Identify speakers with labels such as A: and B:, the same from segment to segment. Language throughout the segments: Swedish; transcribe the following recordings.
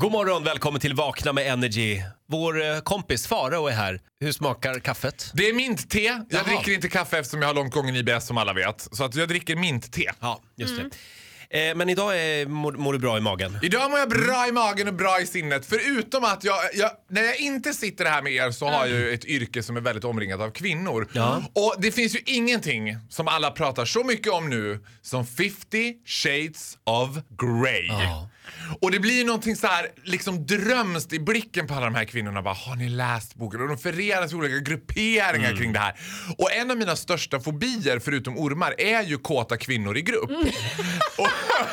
A: God morgon, välkommen till Vakna med Energy. Vår eh, kompis Farao är här. Hur smakar kaffet?
B: Det är mintte. Jag
A: Jaha.
B: dricker inte kaffe eftersom jag har långt gången IBS som alla vet. Så att jag dricker mintte.
A: Ja, just
B: Mm.
A: det. Eh, men idag är, mår, mår du bra i magen?
B: Idag mår jag bra i magen och bra i sinnet. Förutom att jag, jag när jag inte sitter här med er så har jag ju ett yrke som är väldigt omringat av kvinnor.
A: Ja.
B: Och det finns ju ingenting som alla pratar så mycket om nu som 50 shades of grey.
A: Ja.
B: Och det blir ju någonting så här liksom drömst i blicken på alla de här kvinnorna. Bara, har ni läst boken? Och de förenas i olika grupperingar
A: Mm.
B: kring det här. Och en av mina största fobier, förutom ormar, är ju kåta kvinnor i grupp. Och,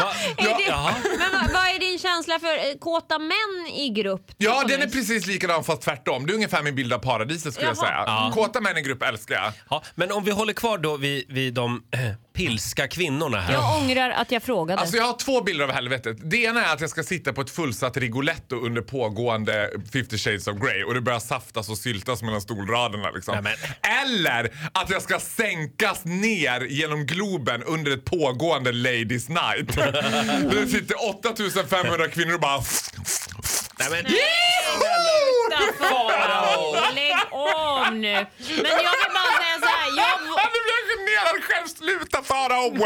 A: Va? Ja, jaha.
C: Men vad, vad är din känsla för eh, kåta män i grupp?
B: Ja, den är precis likadan fast tvärtom. Det är ungefär min bild av paradiset skulle jag
C: Jaha.
B: säga. Kåta män i grupp älskar jag.
A: Mm. Ja, men om vi håller kvar då vid, vid de eh, pilska kvinnorna här.
C: Jag ångrar att jag frågade.
B: Alltså jag har två bilder av helvetet. Det ena är att jag ska sitta på ett fullsatt Rigoletto under pågående 50 shades of Grey och det börjar saftas och syltas mellan stolraderna liksom.
A: Nej, men-
B: Eller att jag ska sänkas ner genom Globen under ett pågående Ladies Night. Där det sitter 8500 kvinnor och bara...
A: Nej, men,
C: Farao, lägg om nu. Men jag vill bara säga så här. Jag,
B: Nu blir jag generad själv! Sluta Farao!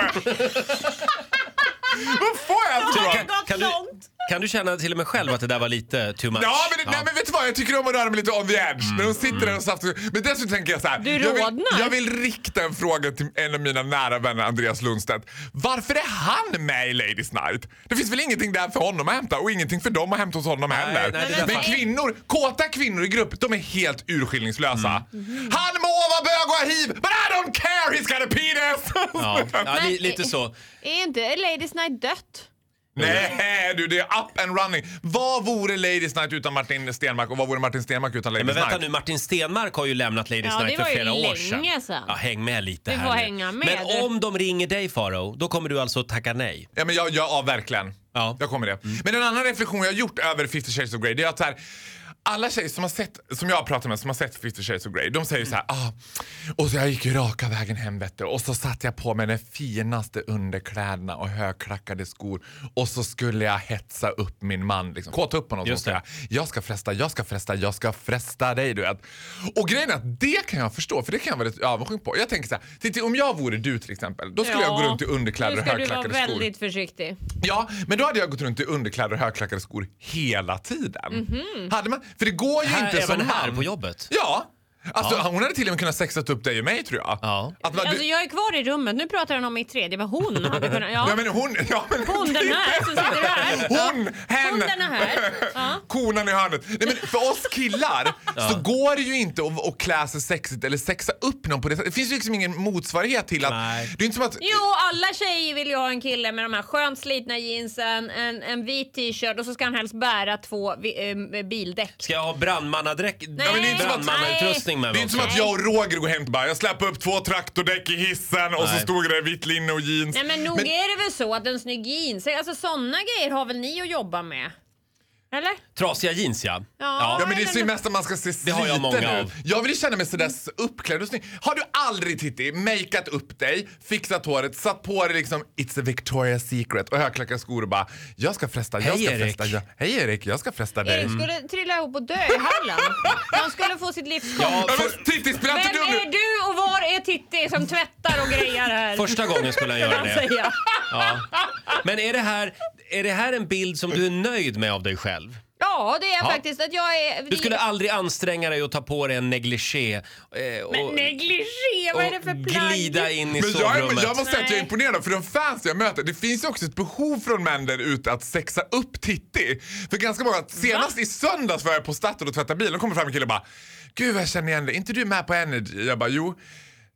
B: Vad får jag tro?
A: kan, kan, du, kan du känna till och med själv att det där var lite too much?
B: Ja, men, Nej, men vet du vad? Jag tycker om att röra mig lite on the edge.
A: Mm.
B: När de sitter där och saftar. Men dessutom tänker jag så här.
C: Du
B: jag, vill,
C: rodnar.
B: jag vill rikta en fråga till en av mina nära vänner, Andreas Lundstedt. Varför är han med i Ladies Night? Det finns väl ingenting där för honom att hämta och ingenting för dem att hämta hos honom heller.
A: nej, det där
B: men
A: fan-
B: kvinnor, kåta kvinnor i grupp, de är helt urskillningslösa.
A: Mm.
B: Han må vara bög och ha hiv, but I don't care! He's got a penis!
A: Ja, ja, li,
C: Men-
A: lite så.
C: är inte Ladies Night dött?
B: Nej du, det är up and running. Vad vore Ladies Night utan Martin Stenmark och vad vore Martin Stenmark utan Ladies
A: Men vänta
B: Night?
A: nu, Martin Stenmark har ju lämnat Ladies
C: Ja, det
A: Night
C: var
A: för
C: ju
A: flera år sedan.
C: länge sedan.
A: Ja, häng med lite
C: Du
A: här
C: får
A: nu.
C: hänga med,
A: Men
C: du.
A: om de ringer dig Farao, då kommer du alltså tacka nej?
B: Ja, men jag, jag, ja verkligen.
A: Ja.
B: Jag kommer det.
C: Mm.
B: Men en annan reflektion jag har gjort över 50 shades of Grey det är att så här, alla tjejer som, har sett, som jag har pratat med som har sett 50 shades of Grey de säger ju så här
C: Mm.
B: ah, och så jag gick ju raka vägen hem vet du, och så satte jag på mig den finaste underkläderna och högklackade skor och så skulle jag hetsa upp min man. Liksom. Kåta upp honom.
A: Just
B: Just
A: det.
B: det. Jag ska fresta, jag ska fresta, jag ska fresta dig du vet. Och grejen är att det kan jag förstå för det kan jag vara lite avundsjuk på. Jag tänker så här, titta, om jag vore du till exempel då skulle jag gå runt i underkläder och
C: Nu ska du
B: högklackade
C: vara
B: skor.
C: väldigt försiktig.
B: Ja, men då hade jag gått runt i underkläder och högklackade skor hela tiden.
C: Mhm.
B: Hade man, för det går ju
A: Här,
B: inte som
A: även här
B: man.
A: på jobbet?
B: Ja. Alltså, Hon hade till och med kunnat sexat upp dig och mig tror jag.
A: Ja.
B: Att man,
C: Alltså
B: du,
C: jag är kvar i rummet. Nu pratar han om mitt tredje. Men hon hade kunnat...
B: ja,
C: Ja.
B: men hon, ja, men
C: Hon den här som sitter här.
B: Hon, hen,
C: Hon den här. Ja.
B: konan i hörnet. Nej, men för oss killar så går det ju inte att, att klä sig sexigt eller sexa upp någon på det sättet. Det finns ju liksom ingen motsvarighet till att...
A: Nej.
B: Det är inte som att...
C: Jo, alla tjejer vill ju ha en kille med de här skönt slitna jeansen, en, en vit t-shirt och så ska han helst bära två vi, eh, bildäck.
A: Ska jag ha brandmannadräkt?
C: men det är inte som att-
A: brandmannautrustning med
B: Det är
A: mig
B: inte
A: också?
B: som att jag och Roger går hem och bara jag släpper upp två traktordäck i hissen och så
A: Nej.
B: stod det där vitt linne och jeans.
C: Nej men nog är det väl så att en snygg jeans, alltså sådana grejer har väl ni att jobba med? Eller?
A: Trasiga jeans ja.
B: Ja men det är så ju mest att man ska se
A: Det har jag
B: sliten
A: många
B: ut.
A: av.
B: Jag vill ju känna mig sådär s- uppklädd och snygg. Har du aldrig Titti makeat upp dig, fixat håret, satt på dig liksom It's a Victoria's Secret och högklackade skor och bara Jag ska fresta, jag
A: Hej,
B: ska
A: Erik.
B: fresta, jag, hej Erik, jag ska fresta dig. Mm.
C: Erik skulle trilla ihop och dö i Halland. Han skulle få sitt livs
A: Mm. Ja,
B: Ja,
A: för,
B: men Titti spela inte
C: Vem
B: dum
C: är
B: nu!
C: du och var är Titti som tvättar och grejar här?
A: första gången skulle jag göra
C: Kan jag
A: det.
C: säga.
A: Ja. Men är det, här, är det här en bild som du är nöjd med av dig själv?
C: Ja det är jag
A: Ja.
C: faktiskt. Att jag är...
A: Du skulle aldrig anstränga dig att ta på dig en negligé eh, och,
C: Men negligé, vad är det för
A: och
C: plagg?
A: glida in i
B: Men jag, är-
A: sovrummet?
B: jag måste säga att jag är
C: Nej.
B: imponerad för de fans jag möter. Det finns ju också ett behov från män där ute att sexa upp Titti. För ganska många, senast i söndags var jag på Statoil och tvättade bilen och kommer fram en kille och bara Gud vad jag känner igen dig, är inte du med på Energy? Jag bara jo.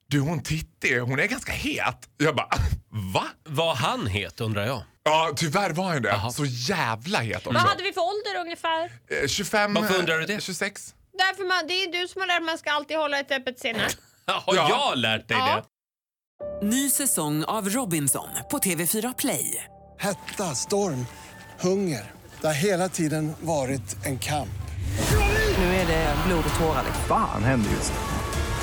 B: Du hon Titti, hon är ganska het. Jag bara va?
A: Vad han het undrar jag.
B: Ja tyvärr var hon det. Så jävla het
C: Vad
B: också.
C: hade vi för ålder ungefär?
B: Eh, 25,
A: Varför undrar du det?
B: 26.
C: Därför man, det är du som har lärt mig att man ska alltid hålla ett öppet sinne.
A: Har
B: Ja.
A: jag lärt dig
C: Ja.
A: det?
D: Ny säsong av Robinson på TV4 Play.
E: Hetta, storm, hunger. Det har hela tiden varit en kamp.
F: Nu är det blod och tårar.
G: Fan händer just nu.